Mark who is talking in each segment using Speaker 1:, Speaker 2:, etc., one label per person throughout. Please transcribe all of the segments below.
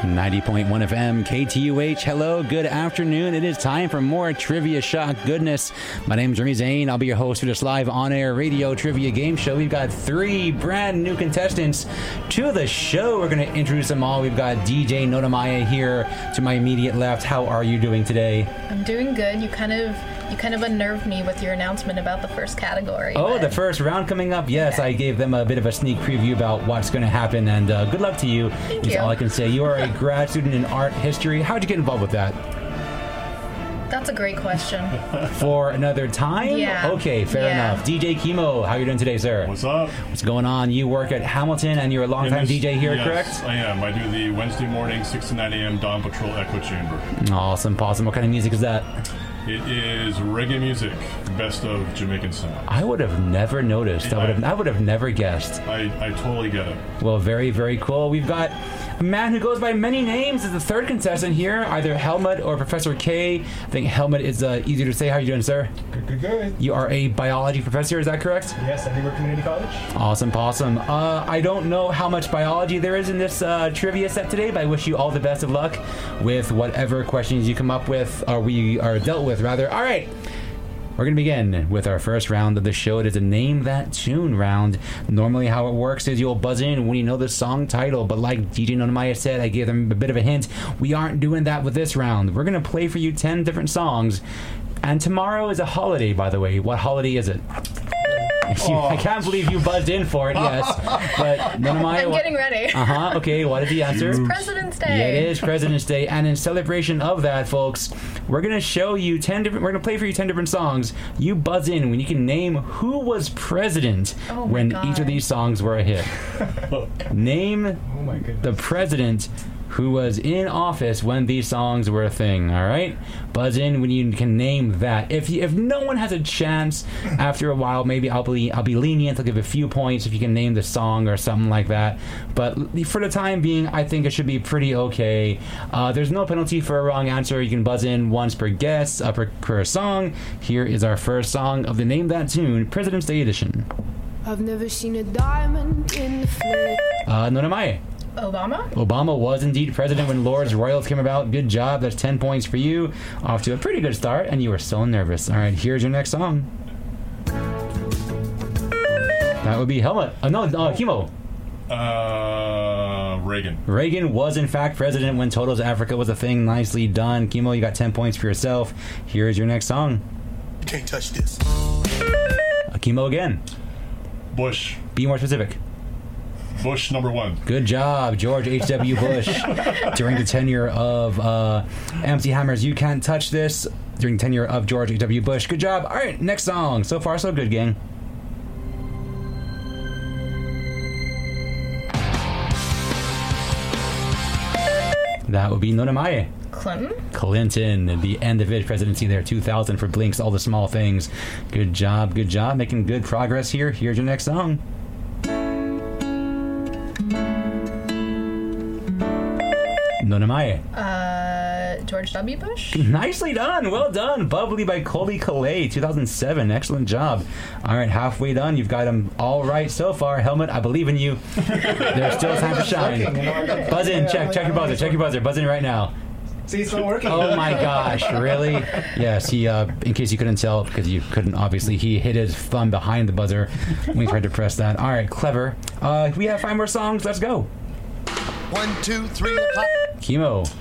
Speaker 1: 90.1 FM, KTUH. Hello, good afternoon. It is time for more Trivia Shock goodness. My name's Remy Zane. I'll be your host for this live on air radio trivia game show. We've got three brand new contestants to the show. We're going to introduce them all. We've got DJ Notamaya here to my immediate left. How are you doing today?
Speaker 2: I'm doing good. You kind of you kind of unnerved me with your announcement about the first category.
Speaker 1: Oh,
Speaker 2: but
Speaker 1: the first round coming up. Yes, I gave them a bit of a sneak preview about what's going to happen, and uh, good luck to you. Thank is
Speaker 2: you.
Speaker 1: all I can say. You are a grad student in art history. How'd you get involved with that?
Speaker 2: that's a great question.
Speaker 1: For another time?
Speaker 2: Yeah.
Speaker 1: Okay, fair
Speaker 2: Yeah.
Speaker 1: enough. DJ Chemo, how you doing today, sir?
Speaker 3: What's up?
Speaker 1: What's going on? You work at Hamilton, and you're a longtime
Speaker 3: Yes,
Speaker 1: DJ here,
Speaker 3: yes,
Speaker 1: correct?
Speaker 3: I am. I do the Wednesday morning, 6 to 9 a.m. Dawn Patrol Echo Chamber.
Speaker 1: Awesome, awesome. What kind of music is that?
Speaker 3: It is reggae music, best of Jamaican sound.
Speaker 1: I would have never noticed. I would have. I would have never guessed.
Speaker 3: I, I totally get it.
Speaker 1: Well, very, very cool. We've got a man who goes by many names as the third contestant here, either Helmut or Professor K. I think Helmut is uh, easier to say. How are you doing, sir?
Speaker 4: Good, good, good.
Speaker 1: You are a biology professor, is that correct?
Speaker 4: Yes, I do work community college.
Speaker 1: Awesome, awesome. Uh, I don't know how much biology there is in this uh, trivia set today, but I wish you all the best of luck with whatever questions you come up with, or we are dealt with, rather. All right. We're going to begin with our first round of the show. It is a name that tune round. Normally, how it works is you'll buzz in when you know the song title, but like DJ Nonamaya said, I gave them a bit of a hint. We aren't doing that with this round. We're going to play for you 10 different songs. And tomorrow is a holiday, by the way. What holiday is it? You-
Speaker 2: Oh.
Speaker 1: I can't believe you buzzed in for it, yes. But Nonamaya.
Speaker 2: I'm getting ready.
Speaker 1: Uh huh. Okay, what is the answer?
Speaker 2: President's Day.
Speaker 1: Yeah, it is President's Day, and in celebration of that, folks, we're gonna show you ten different. We're gonna play for you ten different songs. You buzz in when you can name who was president
Speaker 2: Oh my
Speaker 1: when
Speaker 2: God.
Speaker 1: each of these songs were a hit. name
Speaker 4: Oh my
Speaker 1: the
Speaker 4: goodness.
Speaker 1: president who was in office when these songs were a thing. All right, buzz in when you can name that. If you, if no one has a chance after a while, maybe I'll be I'll be lenient. I'll give a few points if you can name the song or something like that. But l- for the time being, I think it should be pretty okay. Uh, there's no penalty for a wrong answer. You can buzz in once per guess, uh, per, per song. Here is our first song of the name that tune, President's Day edition.
Speaker 5: I've never seen a diamond in the flip.
Speaker 1: Uh, Nona Maya.
Speaker 2: Obama.
Speaker 1: Obama was indeed president when Lord's Royals came about. Good job. That's 10 points for you. Off to a pretty good start, and you were so nervous. All right, here's your next song. That would be Helmut. Uh, no, uh, Chemo.
Speaker 3: Uh, Reagan.
Speaker 1: Reagan was, in fact, president when Toto's Africa was a thing. Nicely done. Chemo, you got 10 points for yourself. Here's your next song.
Speaker 6: Can't touch this.
Speaker 1: Uh, Chemo again.
Speaker 3: Bush.
Speaker 1: Be more specific.
Speaker 3: Bush number one.
Speaker 1: Good job, George H.W. Bush, during the tenure of uh, MC Hammers. You can't touch this during the tenure of George H.W. Bush. Good job. All right, next song. So far, so good, gang. That would be Nona Maya.
Speaker 2: Clinton.
Speaker 1: Clinton, the end of his presidency there, 2000 for Blinks, all the small things. Good job, good job, making good progress here. Here's your next song. Nona Maya.
Speaker 2: Uh, George W. Bush.
Speaker 1: Nicely done. Well done. Bubbly by Colby Calais, 2007. Excellent job. All right, halfway done. You've got them all right so far. Helmet, I believe in you. There's still time to shine. Buzz in. Check. Check your buzzer. Check your buzzer. Buzz in right now.
Speaker 4: See, it's not working.
Speaker 1: Oh my gosh, really? Yes, he, uh, in case you couldn't tell, because you couldn't obviously, he hid his thumb behind the buzzer when he tried to press that. All right, clever. Uh, we have five more songs. Let's go.
Speaker 6: One, two, three o'clock.
Speaker 1: Chemo.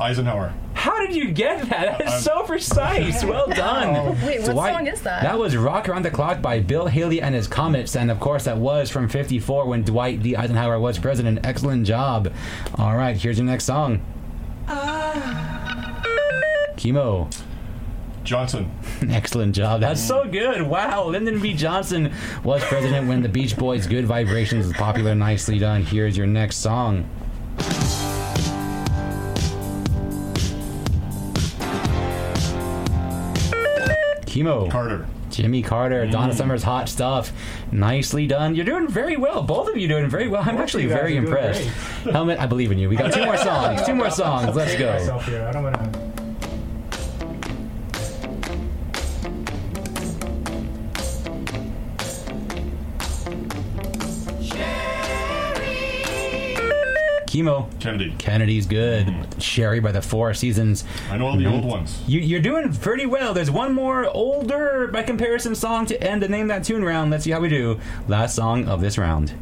Speaker 3: Eisenhower.
Speaker 1: How did you get that? That is so precise. Well done.
Speaker 2: Wait, what song is that?
Speaker 1: That was Rock Around the Clock by Bill Haley and his Comets. And of course, that was from 54 when Dwight D. Eisenhower was president. Excellent job. All right, here's your next song.
Speaker 2: Ah.
Speaker 1: Chemo.
Speaker 3: Johnson.
Speaker 1: Excellent job. That's so good. Wow. Lyndon B. Johnson was president when the Beach Boys' Good Vibrations was popular. Nicely done. Here's your next song. Chemo.
Speaker 3: Carter.
Speaker 1: Jimmy Carter,
Speaker 4: Mm.
Speaker 1: Donna Summers, hot stuff. Nicely done. You're doing very well. Both of you doing very well. I'm actually
Speaker 4: you guys
Speaker 1: very
Speaker 4: are doing
Speaker 1: impressed. Helmet, I believe in you. We got two more songs. Two more songs. Let's
Speaker 4: Save
Speaker 1: go.
Speaker 4: Myself here. I don't want to.
Speaker 1: Chemo.
Speaker 3: Kennedy.
Speaker 1: Kennedy's good. Sherry by the Four Seasons.
Speaker 3: I know all the old ones.
Speaker 1: You, you're doing pretty well. There's one more older, by comparison, song to end the name that tune round. Let's see how we do. Last song of this round.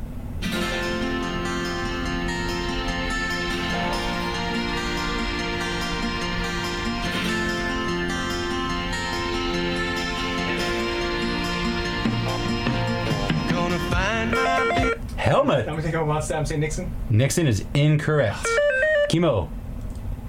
Speaker 7: Gonna find my big
Speaker 1: Helmet.
Speaker 4: I'm gonna take over last time. Say Nixon.
Speaker 1: Nixon is incorrect. Chemo.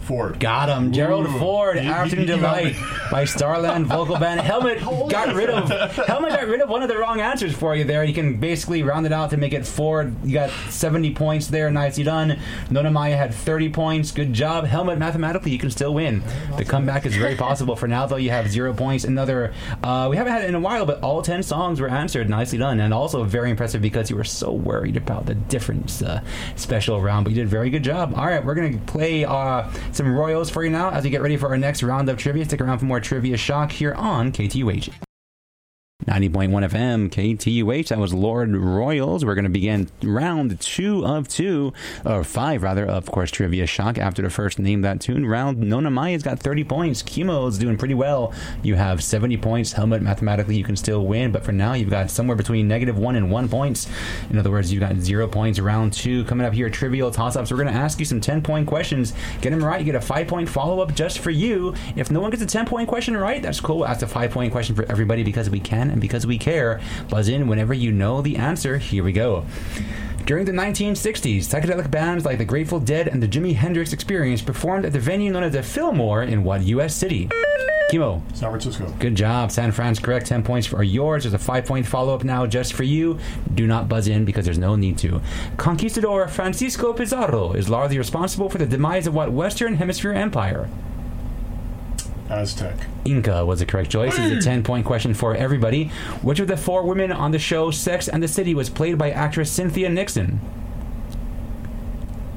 Speaker 3: Ford.
Speaker 1: Got him. Gerald
Speaker 3: Ooh.
Speaker 1: Ford,
Speaker 3: You- you-
Speaker 1: Afternoon
Speaker 3: you got me.
Speaker 1: Delight by Starland Vocal Band. Helmet got rid of Helmet got rid of one of the wrong answers for you there. You can basically round it out to make it Ford. You got 70 points there. Nicely done. Nona Maya had 30 points. Good job. Helmet, mathematically, you can still win. The comeback is very possible. For now, though, you have zero points. Another, uh, we haven't had it in a while, but all 10 songs were answered. Nicely done. And also very impressive because you were so worried about the difference uh, special round, but you did a very good job. All right, we're going to play uh, some Royals for you now as we get ready for our next round of trivia. Stick around for more Trivia Shock here on KTUH. 90.1 FM, KTUH. That was Lord Royals. We're going to begin round two of two, or five rather, of course, Trivia Shock after the first name that tune round. Nona Maya's got 30 points. Chemo's doing pretty well. You have 70 points. Helmet, mathematically, you can still win, but for now, you've got somewhere between negative one and one points. In other words, you've got zero points. Round two coming up here, trivial toss ups. We're going to ask you some 10 point questions. Get them right, you get a five point follow up just for you. If no one gets a 10 point question right, that's cool. We'll ask a five point question for everybody because we can and because we care. Buzz in whenever you know the answer. Here we go. During the 1960s, psychedelic bands like the Grateful Dead and the Jimi Hendrix Experience performed at the venue known as the Fillmore in what U.S. city? Kimo.
Speaker 3: San Francisco.
Speaker 1: Good job, San Fran's correct. 10 points are yours. There's a five point follow up now just for you. Do not buzz in because there's no need to. Conquistador Francisco Pizarro is largely responsible for the demise of what Western Hemisphere empire?
Speaker 3: Aztec.
Speaker 1: Inca was the correct choice. This is a 10 point question for everybody. Which of the four women on the show Sex and the City was played by actress Cynthia Nixon?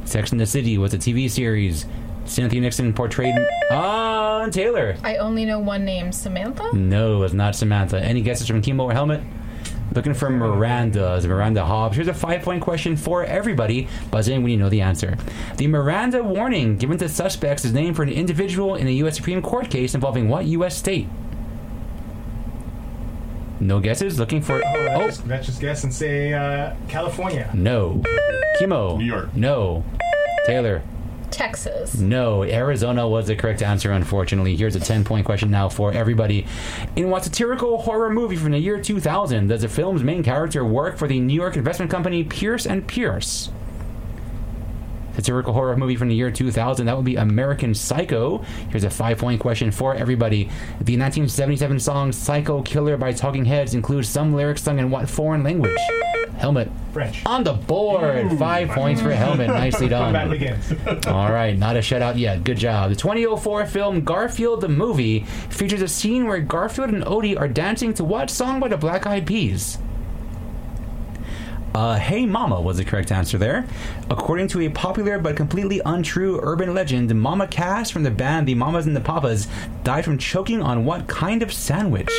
Speaker 1: Sex and the City was a TV series. Cynthia Nixon portrayed. Ah, Taylor.
Speaker 2: I only know one name, Samantha.
Speaker 1: Mm. No, it's not Samantha. Any guesses from Kimo or Helmet? Looking for Miranda. Is it Miranda Hobbs? Here's a five point question for everybody. Buzz in when you know the answer. The Miranda warning given to suspects is named for an individual in a U.S. Supreme Court case involving what U.S. state? No guesses? Looking for. Oh,
Speaker 4: Let's, let's just guess and say uh, California.
Speaker 1: no. Kimo.
Speaker 3: New York.
Speaker 1: No. Taylor.
Speaker 2: Texas.
Speaker 1: No, Arizona was the correct answer, unfortunately. Here's a 10 point question now for everybody. In what satirical horror movie from the year 2000 does the film's main character work for the New York investment company Pierce and Pierce? Satirical horror movie from the year 2000, that would be American Psycho. Here's a five point question for everybody. The 1977 song Psycho Killer by Talking Heads includes some lyrics sung in what foreign language? Helmet.
Speaker 4: French.
Speaker 1: On the board. Five points for Helmet. Nicely done.
Speaker 4: Back begins.
Speaker 1: All right, not a shutout yet. Good job. The 2004 film Garfield the Movie features a scene where Garfield and Odie are dancing to what song by the Black Eyed Peas? Uh, hey Mama was the correct answer there. According to a popular but completely untrue urban legend, Mama Cass from the band The Mamas and the Papas died from choking on what kind of sandwich?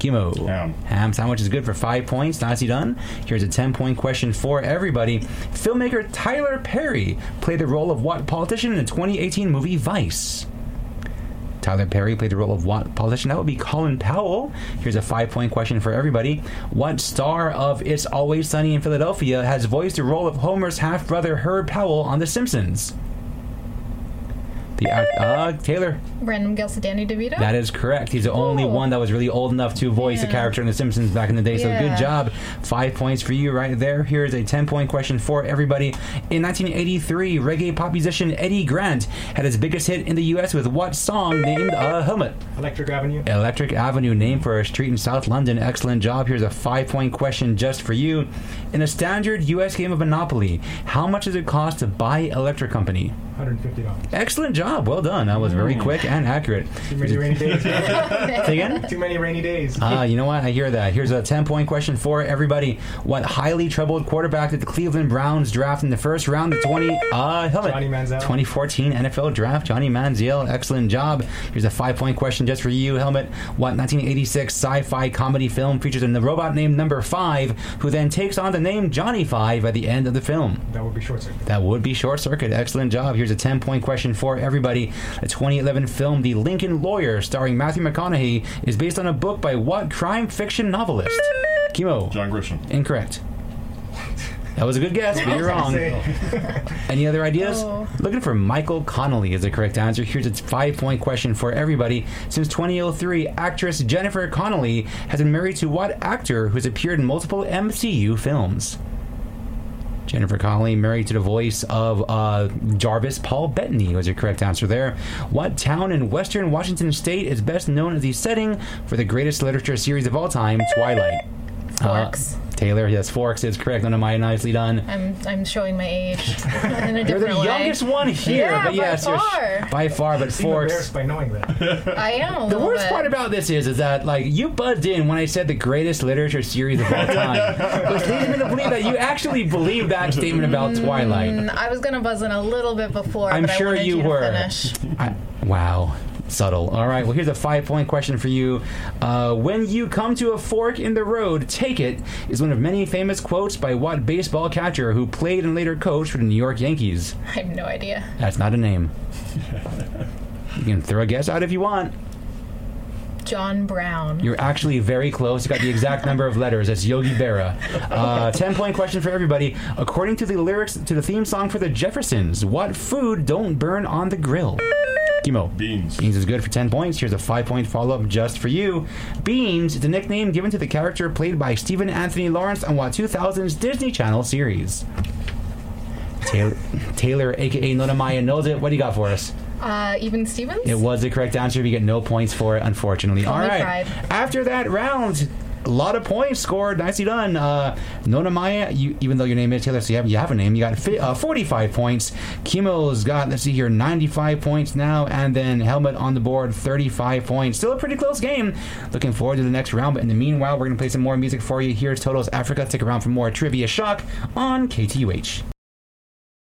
Speaker 1: Gimo.
Speaker 3: Ham.
Speaker 1: Ham sandwich is good for five points. Nicely done. Here's a 10 point question for everybody. Filmmaker Tyler Perry played the role of what politician in the 2018 movie Vice? Tyler Perry played the role of what politician? That would be Colin Powell. Here's a five point question for everybody. What star of It's Always Sunny in Philadelphia has voiced the role of Homer's half brother Herb Powell on The Simpsons? The act- uh, Taylor.
Speaker 2: Random guess, Danny DeVito.
Speaker 1: That is correct. He's the only
Speaker 2: Cool.
Speaker 1: one that was really old enough to voice a
Speaker 2: Oh. Yeah.
Speaker 1: character in The Simpsons back in the day. So good
Speaker 2: Yeah.
Speaker 1: job. Five points for you right there. Here is a 10 point question for everybody. In 1983, reggae pop musician Eddie Grant had his biggest hit in the U.S. with what song named uh, Helmet?
Speaker 4: Electric Avenue.
Speaker 1: Electric Avenue, named for a street in South London. Excellent job. Here's a five point question just for you. In a standard U.S. game of Monopoly, how much does it cost to buy Electric Company?
Speaker 4: $150.
Speaker 1: Excellent job. Well done. That was very quick and accurate.
Speaker 4: Too many rainy days. man.
Speaker 1: Say again?
Speaker 4: Too many rainy days.
Speaker 1: Ah, you know what? I hear that. Here's a 10 point question for everybody. What highly troubled quarterback did the Cleveland Browns draft in the first round of 20, uh, hell it,
Speaker 4: Johnny Manziel.
Speaker 1: 2014 NFL draft? Johnny Manziel. Excellent job. Here's a five point question just for you, Helmet. What 1986 sci fi comedy film features in the robot named Number Five, who then takes on the name Johnny Five at the end of the film?
Speaker 4: that would be short circuit.
Speaker 1: That would be short circuit. Excellent job. Here's a 10 point question for everybody. The 2011 film The Lincoln Lawyer, starring Matthew McConaughey, is based on a book by what crime fiction novelist? Kimo.
Speaker 3: John Grisham.
Speaker 1: Incorrect. That was a good guess, but you're wrong. Any other ideas?
Speaker 2: Oh.
Speaker 1: Looking for Michael Connolly is the correct answer. Here's a five point question for everybody. Since 2003, actress Jennifer Connolly has been married to what actor who's appeared in multiple MCU films? Jennifer Connelly, married to the voice of uh, Jarvis Paul Bettany, was your correct answer there. What town in western Washington state is best known as the setting for the greatest literature series of all time, Twilight? Uh,
Speaker 2: Forks.
Speaker 1: Taylor, yes, Forks is correct. None of my nicely done.
Speaker 2: I'm I'm showing my age in a different
Speaker 1: You're the
Speaker 2: way.
Speaker 1: youngest one here,
Speaker 2: Yeah,
Speaker 1: but
Speaker 2: by
Speaker 1: yes, you're
Speaker 2: far.
Speaker 1: by far. But
Speaker 4: Seem
Speaker 1: Forks.
Speaker 4: embarrassed by knowing that.
Speaker 2: I am. a
Speaker 1: The
Speaker 2: little
Speaker 1: worst
Speaker 2: bit.
Speaker 1: part about this is, is that like you buzzed in when I said the greatest literature series of all time, which leads me to believe that you actually believe that statement about Twilight.
Speaker 2: Mm, I was gonna buzz in a little bit before.
Speaker 1: I'm
Speaker 2: but I
Speaker 1: sure
Speaker 2: wanted
Speaker 1: you
Speaker 2: to
Speaker 1: were.
Speaker 2: Finish.
Speaker 1: I, wow, subtle. All right, well here's a five point question for you. Uh, when you come to a fork in the road, take it is one of many famous quotes by what baseball catcher who played and later coached for the New York Yankees?
Speaker 2: I have no idea.
Speaker 1: That's not a name. You can throw a guess out if you want.
Speaker 2: John Brown.
Speaker 1: You're actually very close. You got the exact number of letters. That's Yogi Berra. Uh, Ten point question for everybody. According to the lyrics to the theme song for the Jeffersons, what food don't burn on the grill? Kimo.
Speaker 3: Beans.
Speaker 1: Beans is good for 10 points. Here's a 5 point follow up just for you. Beans is the nickname given to the character played by Stephen Anthony Lawrence on what 2000's Disney Channel series? Taylor, Taylor aka Nona Maya, knows it. What do you got for us?
Speaker 2: Uh, even Stevens.
Speaker 1: It was the correct answer. We get no points for it, unfortunately. All
Speaker 2: me
Speaker 1: right.
Speaker 2: pride.
Speaker 1: After that round, a lot of points scored. Nicely done. Uh, Nona Maya, you, even though your name is Taylor, so you have, you have a name. You got fi- uh, 45 points. Kimo's got, let's see here, 95 points now. And then Helmet on the board, 35 points. Still a pretty close game. Looking forward to the next round. But in the meanwhile, we're going to play some more music for you. Here's Toto's Africa. Stick around for more Trivia Shock on KTUH.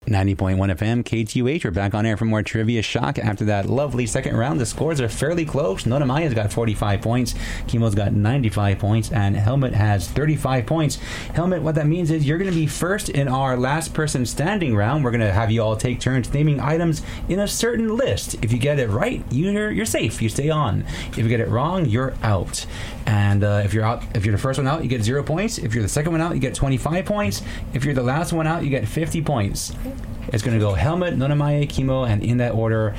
Speaker 1: 90.1 FM, KTUH. We're back on air for more Trivia Shock after that lovely second round. The scores are fairly close. Nona Maya's got 45 points, Kimo's got 95 points, and Helmet has 35 points. Helmet, what that means is you're going to be first in our last person standing round. We're going to have you all take turns naming items in a certain list. If you get it right, you're, you're safe. You stay on. If you get it wrong, you're out. And uh, if you're out, if you're the first one out, you get zero points. If you're the second one out, you get 25 points. If you're the last one out, you get 50 points. It's going to go Helmet, Nonamaya, Kimo, and in that order.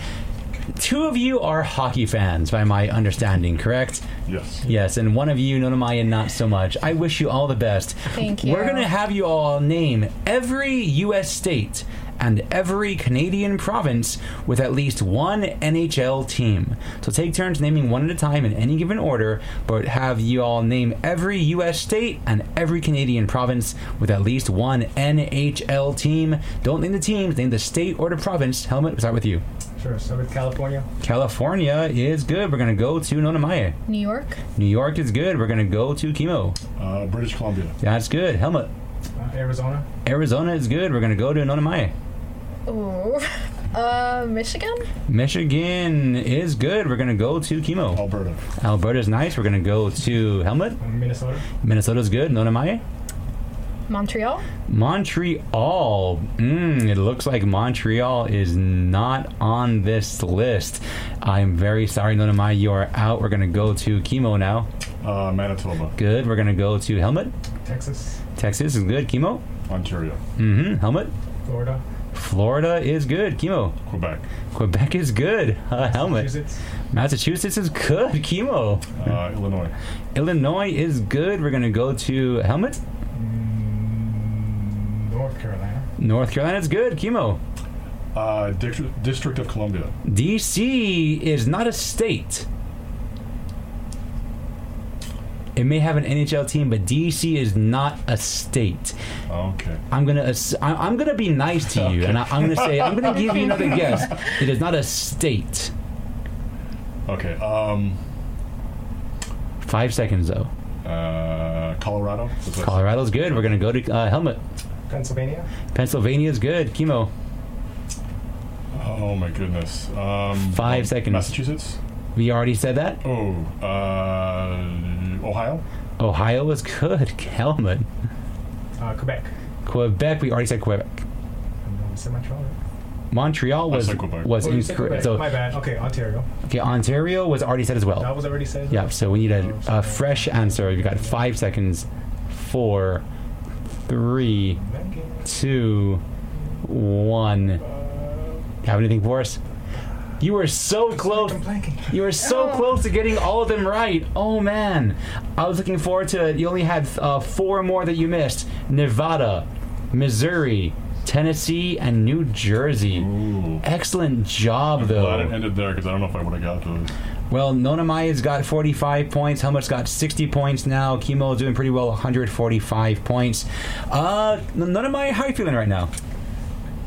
Speaker 1: Two of you are hockey fans, by my understanding, correct?
Speaker 3: Yes.
Speaker 1: Yes, and one of you, Nonamaya, not so much. I wish you all the best.
Speaker 2: Thank
Speaker 1: We're
Speaker 2: you.
Speaker 1: going to have you all name every U.S. state and every Canadian province with at least one NHL team. So take turns naming one at a time in any given order, but have you all name every U.S. state and every Canadian province with at least one NHL team. Don't name the teams, name the state or the province. Helmet, we'll start with you.
Speaker 4: Sure, so with California.
Speaker 1: California is good. We're going to go to Nonamaya.
Speaker 2: New York.
Speaker 1: New York is good. We're going to go to Chemo.
Speaker 3: Uh, British Columbia.
Speaker 1: That's good. Helmet.
Speaker 4: Uh, Arizona,
Speaker 1: Arizona is good. We're going to go to Nonamaya.
Speaker 2: Ooh. Uh, Michigan.
Speaker 1: Michigan is good. We're going to go to Chemo.
Speaker 3: Alberta.
Speaker 1: Alberta's nice. We're going to go to Helmet.
Speaker 4: uh, Minnesota,
Speaker 1: Minnesota's good. Nonamaya.
Speaker 2: Montreal.
Speaker 1: Montreal. Mm, it looks like Montreal is not on this list. I'm very sorry, Nonamaya. You are out. We're going to go to Chemo now.
Speaker 3: Uh, Manitoba.
Speaker 1: Good. We're going to go to Helmet.
Speaker 4: Texas,
Speaker 1: Texas is good. Chemo.
Speaker 3: Ontario.
Speaker 1: Mm-hmm. Helmet.
Speaker 4: Florida,
Speaker 1: Florida is good. Chemo.
Speaker 3: Quebec.
Speaker 1: Quebec is good. Uh, helmet.
Speaker 4: Massachusetts,
Speaker 1: Massachusetts is good. Chemo.
Speaker 3: Uh, Illinois.
Speaker 1: Illinois is good. We're gonna go to helmet.
Speaker 4: mm, North Carolina,
Speaker 1: North Carolina is good. Chemo.
Speaker 3: Uh, Dict- District of Columbia.
Speaker 1: DC is not a state. It may have an NHL team, but DC is not a state.
Speaker 3: Okay.
Speaker 1: I'm gonna ass- I- I'm gonna be nice to you, and I- I'm gonna say I'm gonna give you another guess. It is not a state.
Speaker 3: Okay. Um.
Speaker 1: Five seconds though.
Speaker 3: Uh. Colorado. That's what I
Speaker 1: Colorado's good. We're gonna go to uh, helmet.
Speaker 4: Pennsylvania?
Speaker 1: Pennsylvania's good. Chemo.
Speaker 3: said. Oh my goodness. Um.
Speaker 1: Five seconds.
Speaker 3: Massachusetts.
Speaker 1: We already said that.
Speaker 3: Oh. Uh. Ohio.
Speaker 1: Ohio was good. Helmet.
Speaker 4: Uh, Quebec.
Speaker 1: Quebec. We already said Quebec.
Speaker 4: No, we said Montreal, right?
Speaker 1: Montreal was
Speaker 3: said Quebec.
Speaker 1: was
Speaker 4: Oh, you said
Speaker 1: incorrect.
Speaker 4: Quebec.
Speaker 1: So
Speaker 4: My bad. Okay, Ontario.
Speaker 1: okay, Ontario was already said as well.
Speaker 4: That was already said.
Speaker 1: Yeah, so we need a, a fresh answer. You've got five seconds. Four, three, two, one. Have anything for us? You were so close.
Speaker 4: I'm blanking.
Speaker 1: You were so close to getting all of them right. Oh man, I was looking forward to it. You only had uh, four more that you missed: Nevada, Missouri, Tennessee, and New Jersey.
Speaker 3: Ooh.
Speaker 1: Excellent job, though.
Speaker 3: Glad it ended there because I don't know if I would have got those.
Speaker 1: Well, Nona Maya's got 45 points. Helmut's got 60 points now. Kimo is doing pretty well, 145 points. Uh, N- Nona Maya, how are you feeling right now?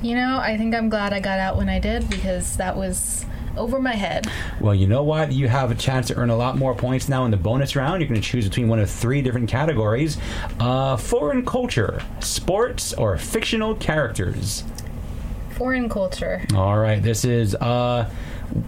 Speaker 2: You know, I think I'm glad I got out when I did because that was over my head.
Speaker 1: Well, you know what? You have a chance to earn a lot more points now in the bonus round. You're going to choose between one of three different categories uh, foreign culture, sports, or fictional characters.
Speaker 2: Foreign culture.
Speaker 1: All right, this is. Uh,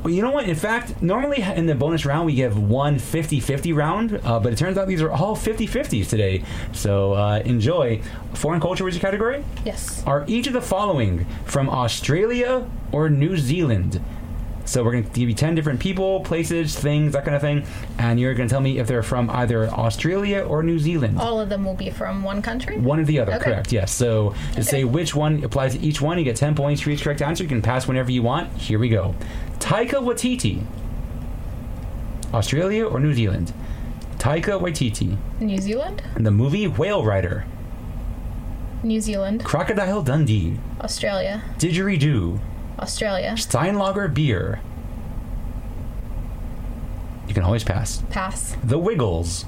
Speaker 1: you know what? In fact, normally in the bonus round, we give one 50 50 round, uh, but it turns out these are all 50 50s today. So uh, enjoy. Foreign culture was your category?
Speaker 2: Yes.
Speaker 1: Are each of the following from Australia or New Zealand? So we're going to give you 10 different people, places, things, that kind of thing, and you're going to tell me if they're from either Australia or New Zealand.
Speaker 2: All of them will be from one country.
Speaker 1: One or the other,
Speaker 2: Okay.
Speaker 1: correct? Yes. So to say which one applies to each one, you get ten points for each correct answer. You can pass whenever you want. Here we go. Taika Waititi, Australia or New Zealand? Taika Waititi.
Speaker 2: New Zealand,
Speaker 1: And the movie Whale Rider,
Speaker 2: New Zealand,
Speaker 1: Crocodile Dundee,
Speaker 2: Australia,
Speaker 1: Didgeridoo,
Speaker 2: Australia,
Speaker 1: Steinlager beer. You can always pass.
Speaker 2: pass,
Speaker 1: The Wiggles,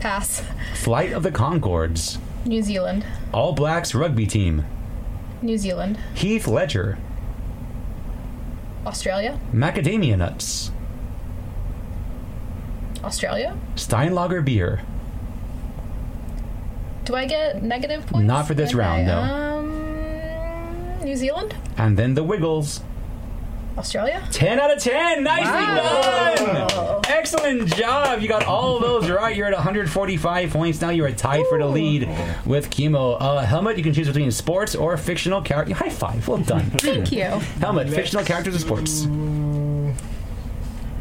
Speaker 2: pass,
Speaker 1: Flight of the Concords,
Speaker 2: New Zealand,
Speaker 1: All Blacks rugby team,
Speaker 2: New Zealand,
Speaker 1: Heath Ledger,
Speaker 2: Australia,
Speaker 1: Macadamia nuts,
Speaker 2: Australia.
Speaker 1: Steinlager beer.
Speaker 2: Do I get negative points?
Speaker 1: Not for this
Speaker 2: Okay,
Speaker 1: round, no.
Speaker 2: Um, New Zealand,
Speaker 1: And then the Wiggles.
Speaker 2: Australia.
Speaker 1: 10 out of 10. Nicely done. Excellent job. You got all of those right. You're at 145 points. Now you're tied for the lead with Chemo. Uh, Helmet, you can choose between sports or fictional character. High five. Well done.
Speaker 2: Thank you.
Speaker 1: Helmet, fictional characters or sports.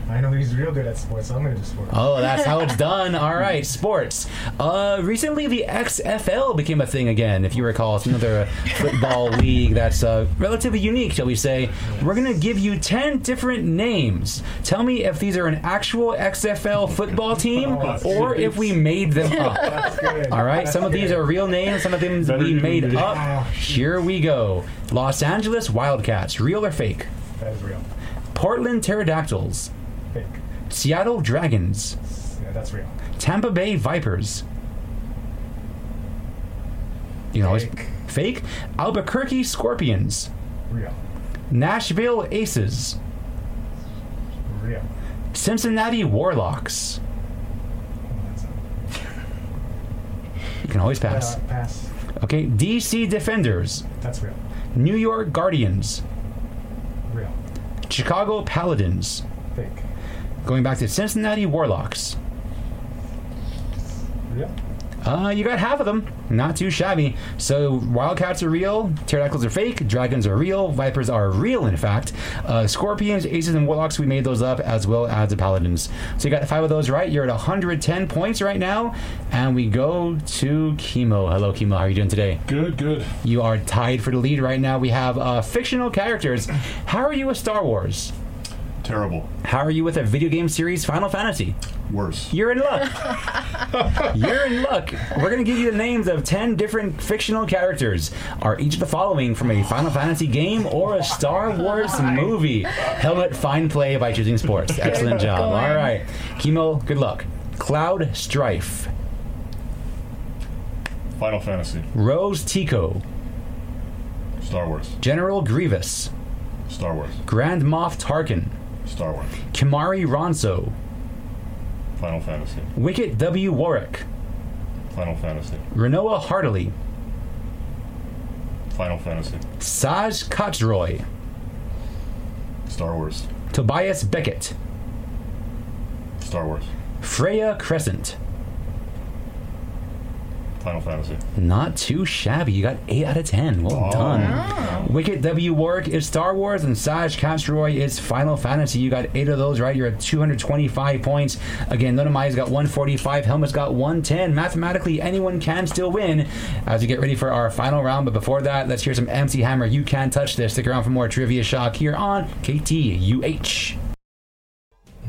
Speaker 4: I know he's real good at sports, so I'm going to do sports.
Speaker 1: Oh, that's how it's done. All right, sports. Uh, recently, the XFL became a thing again. If you recall, it's another football league that's uh, relatively unique, shall we say. We're going to give you 10 different names. Tell me if these are an actual XFL football team or if we made them up.
Speaker 4: That's good.
Speaker 1: All right, some of these are real names, some of them
Speaker 3: Better
Speaker 1: we
Speaker 3: than
Speaker 1: made
Speaker 3: me.
Speaker 1: up. Here we go Los Angeles Wildcats, real or fake?
Speaker 4: That is real.
Speaker 1: Portland Pterodactyls,
Speaker 4: Fake.
Speaker 1: Seattle Dragons,
Speaker 4: Yeah, that's real.
Speaker 1: Tampa Bay Vipers. You know, fake.
Speaker 4: Fake.
Speaker 1: fake. Albuquerque Scorpions.
Speaker 4: Real.
Speaker 1: Nashville Aces.
Speaker 4: Real.
Speaker 1: Cincinnati Warlocks.
Speaker 4: That's a-
Speaker 1: You can always pass.
Speaker 4: Uh, pass.
Speaker 1: Okay, DC Defenders.
Speaker 4: That's real.
Speaker 1: New York Guardians.
Speaker 4: Real.
Speaker 1: Chicago Paladins.
Speaker 4: Fake.
Speaker 1: Going back to Cincinnati Warlocks.
Speaker 4: Real.
Speaker 1: Uh, you got half of them. Not too shabby. So wildcats are real, pterodactyls are fake, dragons are real, vipers are real. In fact, uh, scorpions, aces, and warlocks. We made those up as well as the paladins. So you got five of those right. You're at 110 points right now, and we go to chemo. Hello, chemo. How are you doing today?
Speaker 3: Good. Good.
Speaker 1: You are tied for the lead right now. We have uh, fictional characters. How are you with Star Wars?
Speaker 3: Terrible.
Speaker 1: How are you with a video game series, Final Fantasy?
Speaker 3: Worse.
Speaker 1: You're in luck. You're in luck. We're going to give you the names of 10 different fictional characters. Are each of the following from a Final Fantasy game or a Star Wars movie? Helmet, fine play by choosing sports. Excellent job.
Speaker 2: Go on.
Speaker 1: All right. Kimo, good luck. Cloud Strife.
Speaker 3: Final Fantasy.
Speaker 1: Rose Tico.
Speaker 3: Star Wars.
Speaker 1: General Grievous.
Speaker 3: Star Wars.
Speaker 1: Grand Moff Tarkin.
Speaker 3: Star Wars.
Speaker 1: Kimari Ronso.
Speaker 3: Final Fantasy.
Speaker 1: Wicket W. Warwick.
Speaker 3: Final Fantasy.
Speaker 1: Renoa Hartley.
Speaker 3: Final Fantasy.
Speaker 1: Saj Kotroy.
Speaker 3: Star Wars.
Speaker 1: Tobias Beckett.
Speaker 3: Star Wars.
Speaker 1: Freya Crescent.
Speaker 3: Final Fantasy.
Speaker 1: Not too shabby. You got 8 out of 10. Well
Speaker 3: Oh.
Speaker 1: done. Wicket W. Warwick is Star Wars, and Saj Castroy is Final Fantasy. You got 8 of those right. You're at 225 points. Again, Nonomai's got 145. Helmet's got 110. Mathematically, anyone can still win as we get ready for our final round. But before that, let's hear some MC Hammer. You can touch this. Stick around for more Trivia Shock here on KTUH.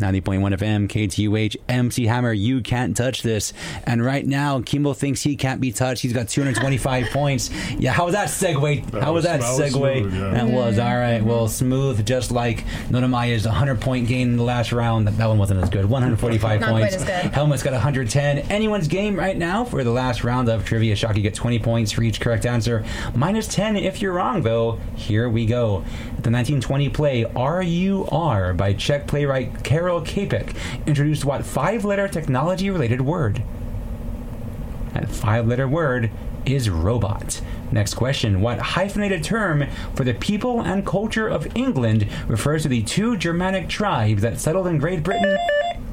Speaker 1: 90.1 FM, KTUH, MC Hammer, you can't touch this. And right now, Kimbo thinks he can't be touched. He's got 225 points. Yeah, how was that segue?
Speaker 3: That
Speaker 1: how was
Speaker 3: was-
Speaker 1: that,
Speaker 3: that was
Speaker 1: segue?
Speaker 3: smooth, yeah.
Speaker 1: That was, all right. Well, smooth, just like Nonamaya's 100 point gain in the last round. That, that one wasn't as good. 145
Speaker 2: Not quite
Speaker 1: points.
Speaker 2: as good.
Speaker 1: Helmet's got 110. Anyone's game right now for the last round of Trivia Shock. You get 20 points for each correct answer. Minus 10 if you're wrong, though. Here we go. The 1920 play RUR by Czech playwright Karol Kapik introduced what five letter technology related word? That five letter word is robot. Next question What hyphenated term for the people and culture of England refers to the two Germanic tribes that settled in Great Britain?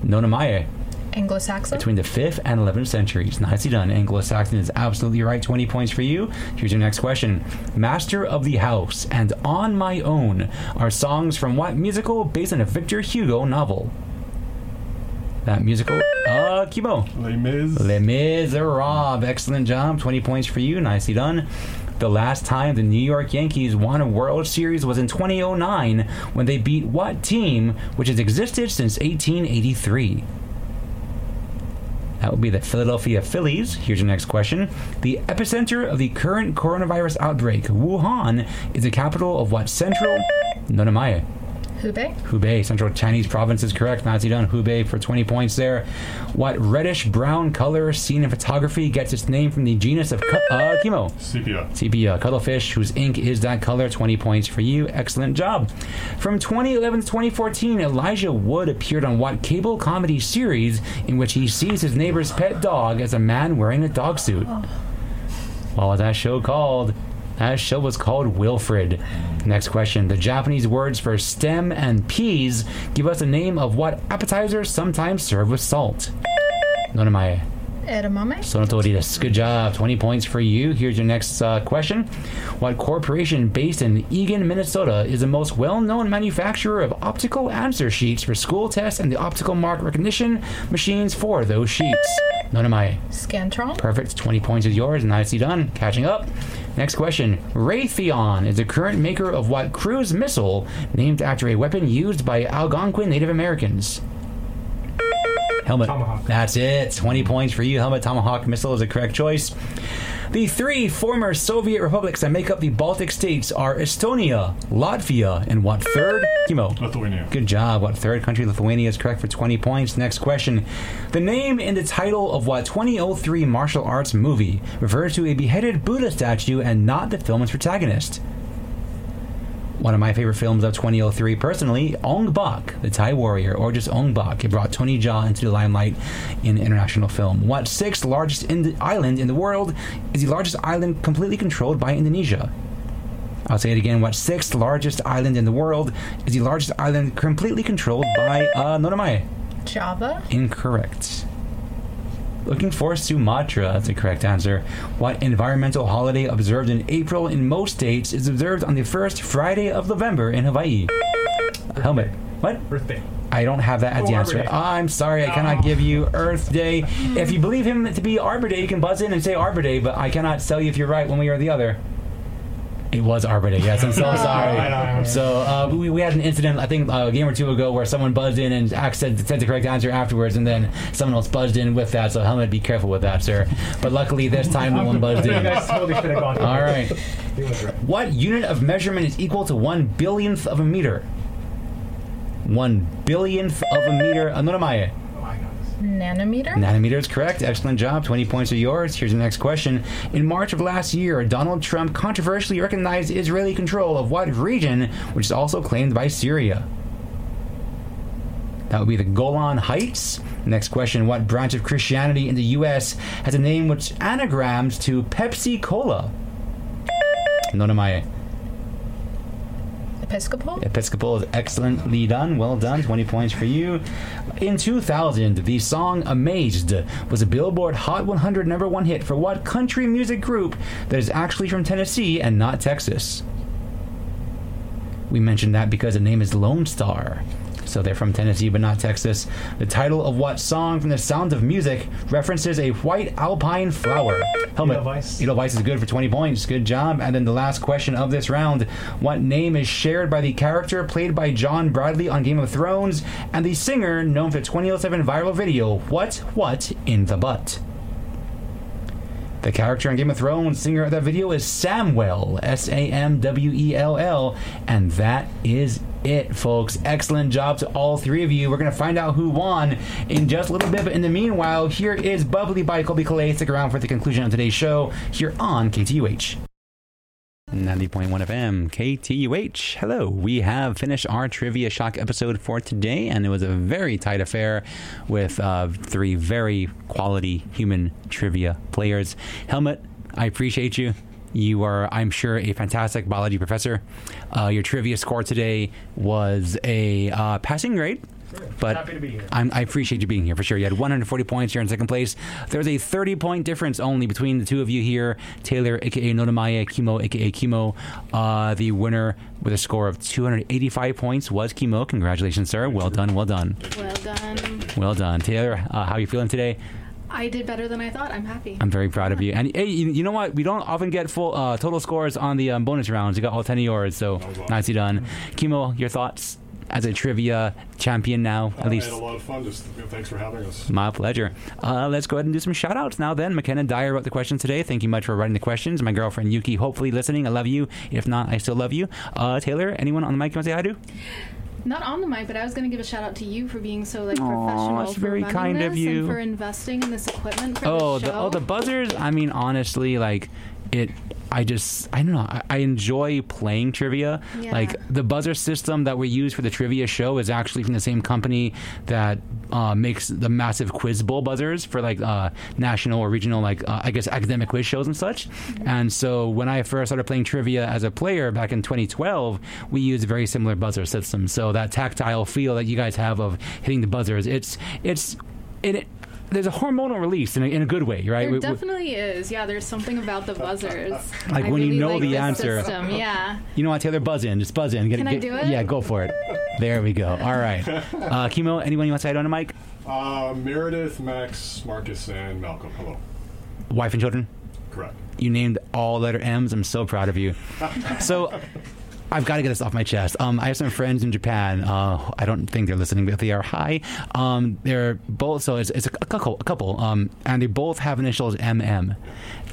Speaker 1: Nonamaya,
Speaker 2: Anglo-Saxon.
Speaker 1: between the 5th and 11th centuries. Nicely done. Anglo Saxon is absolutely right. 20 points for you. Here's your next question Master of the House and On My Own are songs from what musical based on a Victor Hugo novel? That musical? Uh, Kibo.
Speaker 3: Oh. Les Mis.
Speaker 1: Les Miserables. Excellent job. 20 points for you. Nicely done. The last time the New York Yankees won a World Series was in 2009 when they beat what team, which has existed since 1883? That would be the Philadelphia Phillies. Here's your next question. The epicenter of the current coronavirus outbreak, Wuhan, is the capital of what central? Nonamaya.
Speaker 2: Hubei.
Speaker 1: Hubei, central Chinese province is correct. Nazi done Hubei for 20 points there. What reddish brown color seen in photography gets its name from the genus of cu- uh, chemo?
Speaker 3: Sepia.
Speaker 1: Sepia cuttlefish, whose ink is that color. 20 points for you. Excellent job. From 2011 to 2014, Elijah Wood appeared on what cable comedy series in which he sees his neighbor's pet dog as a man wearing a dog suit? What was that show called? That show was called Wilfred. Next question. The Japanese words for stem and peas give us the name of what appetizers sometimes served with salt. None of my
Speaker 2: Edamame.
Speaker 1: Sonotoritas. Good job. 20 points for you. Here's your next uh, question. What corporation based in Eagan, Minnesota is the most well known manufacturer of optical answer sheets for school tests and the optical mark recognition machines for those sheets? None of my
Speaker 2: Scantron.
Speaker 1: perfect. 20 points is yours. Nicely done. Catching up. Next question. Raytheon is the current maker of what cruise missile named after a weapon used by Algonquin Native Americans? Helmet.
Speaker 4: Tomahawk.
Speaker 1: That's it. 20 points for you. Helmet Tomahawk missile is the correct choice. The three former Soviet republics that make up the Baltic states are Estonia, Latvia, and what third? Kimo.
Speaker 3: Lithuania.
Speaker 1: Good job. What third country? Lithuania is correct for 20 points. Next question. The name in the title of what 2003 martial arts movie refers to a beheaded Buddha statue and not the film's protagonist? One of my favorite films of 2003, personally, Ong Bak, The Thai Warrior, or just Ong Bak. It brought Tony Jaa into the limelight in international film. What sixth largest in- island in the world is the largest island completely controlled by Indonesia? I'll say it again. What sixth largest island in the world is the largest island completely controlled by uh, Notamaya?
Speaker 2: Java.
Speaker 1: Incorrect. Looking for Sumatra, that's the correct answer. What environmental holiday observed in April in most states is observed on the first Friday of November in Hawaii? Helmet. What?
Speaker 4: Earth Day.
Speaker 1: I don't have that as the
Speaker 4: Oh,
Speaker 1: answer.
Speaker 4: Arbor Day.
Speaker 1: I'm sorry, I cannot give you Earth Day. If you believe him to be Arbor Day, you can buzz in and say Arbor Day, but I cannot tell you if you're right one way or the other. It was Arbor Day, yes. I'm so sorry.
Speaker 4: I know, I know.
Speaker 1: So uh, we, we had an incident, I think, uh, a game or two ago, where someone buzzed in and act- said, said the correct answer afterwards, and then someone else buzzed in with that. So helmet, be careful with that, sir. But luckily, this time no one buzzed
Speaker 4: You
Speaker 1: in.
Speaker 4: guys totally should have gone.
Speaker 1: All right.
Speaker 4: He was right.
Speaker 1: What unit of measurement is equal to one billionth of a meter? One billionth of a meter. Anoramaya.
Speaker 4: Oh, I got this.
Speaker 2: Nanometer?
Speaker 1: Nanometer is correct. Excellent job. 20 points are yours. Here's the next question. In March of last year, Donald Trump controversially recognized Israeli control of what region, which is also claimed by Syria? That would be the Golan Heights. Next question What branch of Christianity in the U.S. has a name which anagrams to Pepsi Cola? Nonamaya.
Speaker 2: Episcopal?
Speaker 1: Episcopal is excellently done. Well done. 20 points for you. In 2000, the song Amazed was a Billboard Hot 100 number one hit for what country music group that is actually from Tennessee and not Texas? We mentioned that because the name is Lone Star. So they're from Tennessee but not Texas. The title of what song from The Sound of Music references a white alpine flower? Helmet.
Speaker 4: Edelweiss.
Speaker 1: Edelweiss is good for 20 points. Good job. And then the last question of this round What name is shared by the character played by John Bradley on Game of Thrones and the singer known for the 2007 viral video What What in the Butt? The character in Game of Thrones, singer of that video, is Samwell, S A M W E L L, and that is it, folks. Excellent job to all three of you. We're gonna find out who won in just a little bit, but in the meanwhile, here is Bubbly by Colby Calais. Stick around for the conclusion of today's show here on KTUH. 90.1 FM, KTUH. Hello. We have finished our Trivia Shock episode for today, and it was a very tight affair with uh, three very quality human trivia players. Helmet, I appreciate you. You are, I'm sure, a fantastic biology professor. Uh, your trivia score today was a uh, passing grade. But
Speaker 4: Happy to be here.
Speaker 1: I'm, I appreciate you being here for sure. You had 140 points. You're in second place. There's a 30 point difference only between the two of you here. Taylor, aka Notamaya, Kimo, aka Kimo. Uh, the winner with a score of 285 points was Kimo. Congratulations, sir. Well done. Well done.
Speaker 8: Well done.
Speaker 1: Well done. Taylor, uh, how are you feeling today?
Speaker 8: I did better than I thought. I'm happy.
Speaker 1: I'm very proud of you. And hey, you, you know what? We don't often get full uh, total scores on the um, bonus rounds. You got all 10 of yours, so nicely done. Kimo, your thoughts as a trivia champion now, at
Speaker 3: I
Speaker 1: least.
Speaker 3: had a lot of fun. Just you know, thanks for having us.
Speaker 1: My pleasure. Uh, let's go ahead and do some shout outs now then. McKenna Dyer wrote the questions today. Thank you much for writing the questions. My girlfriend Yuki, hopefully listening. I love you. If not, I still love you. Uh, Taylor, anyone on the mic you want to say hi to?
Speaker 8: Not on the mic, but I was going to give a shout out to you for being so like
Speaker 1: Aw,
Speaker 8: professional.
Speaker 1: that's
Speaker 8: for
Speaker 1: very
Speaker 8: running
Speaker 1: kind
Speaker 8: this
Speaker 1: of you.
Speaker 8: And for investing in this equipment for
Speaker 1: Oh,
Speaker 8: the
Speaker 1: the,
Speaker 8: show.
Speaker 1: oh, the buzzers. I mean, honestly, like it. I just, I don't know. I, I enjoy playing trivia.
Speaker 8: Yeah.
Speaker 1: Like the buzzer system that we use for the trivia show is actually from the same company that uh, makes the massive quiz bowl buzzers for like uh, national or regional, like uh, I guess academic quiz shows and such.
Speaker 8: Mm-hmm.
Speaker 1: And so when I first started playing trivia as a player back in 2012, we used a very similar buzzer system. So that tactile feel that you guys have of hitting the buzzers, it's it's it. it there's a hormonal release in a, in a good way, right?
Speaker 8: There
Speaker 1: We- we-
Speaker 8: definitely is. Yeah, there's something about the buzzers.
Speaker 1: Like
Speaker 8: I
Speaker 1: when you
Speaker 8: really
Speaker 1: know
Speaker 8: like
Speaker 1: the
Speaker 8: this
Speaker 1: answer.
Speaker 8: System. Yeah.
Speaker 1: You know what, Taylor? Buzz in. Just buzz in. Get,
Speaker 8: Can I
Speaker 1: get-
Speaker 8: do it?
Speaker 1: Yeah, go for it. There we go. All right. Uh, Kimo, anyone you want to say on a mic?
Speaker 3: Uh, Meredith, Max, Marcus, and Malcolm. Hello.
Speaker 1: Wife and children?
Speaker 3: Correct.
Speaker 1: You named all letter M's. I'm so proud of you. So. I've got to get this off my chest. Um, I have some friends in Japan. Uh, I don't think they're listening, but if they are, hi. Um, they're both, so it's, it's a, couple, a couple um, and they both have initials MM.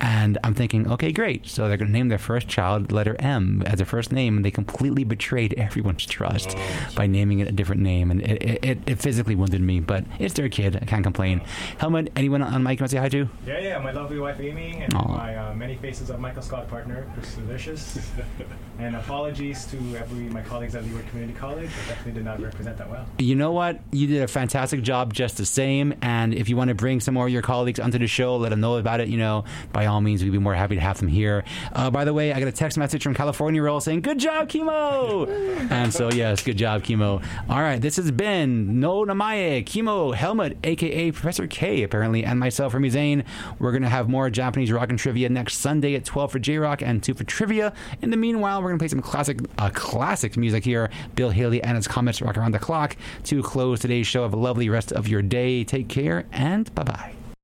Speaker 1: And I'm thinking, okay, great. So they're going to name their first child letter M as their first name, and they completely betrayed everyone's trust by naming it a different name. And it, it, it, it physically wounded me, but it's their kid. I can't complain. Helmut, anyone on mic you want to say hi to?
Speaker 4: Yeah, yeah, my lovely wife Amy and
Speaker 1: Aw.
Speaker 4: my uh, many faces of Michael Scott partner, Chris Delicious. and apologies to every my colleagues at Leeward Community College. I definitely did not represent that well.
Speaker 1: you know what? You did a fantastic job just the same. And if you want to bring some more of your colleagues onto the show, let them know about it. You know, by all means, we'd be more happy to have them here. Uh, by the way, I got a text message from California Roll saying, Good job, Chemo! and so, yes, good job, Chemo. All right, this has been No Namaye, Chemo, Helmet, aka Professor K, apparently, and myself, Remy Zane. We're going to have more Japanese rock and trivia next Sunday at 12 for J Rock and 2 for trivia. In the meanwhile, we're going to play some classic uh, classic music here. Bill Haley and his comments rock around the clock to close today's show. Have a lovely rest of your day. Take care and bye bye.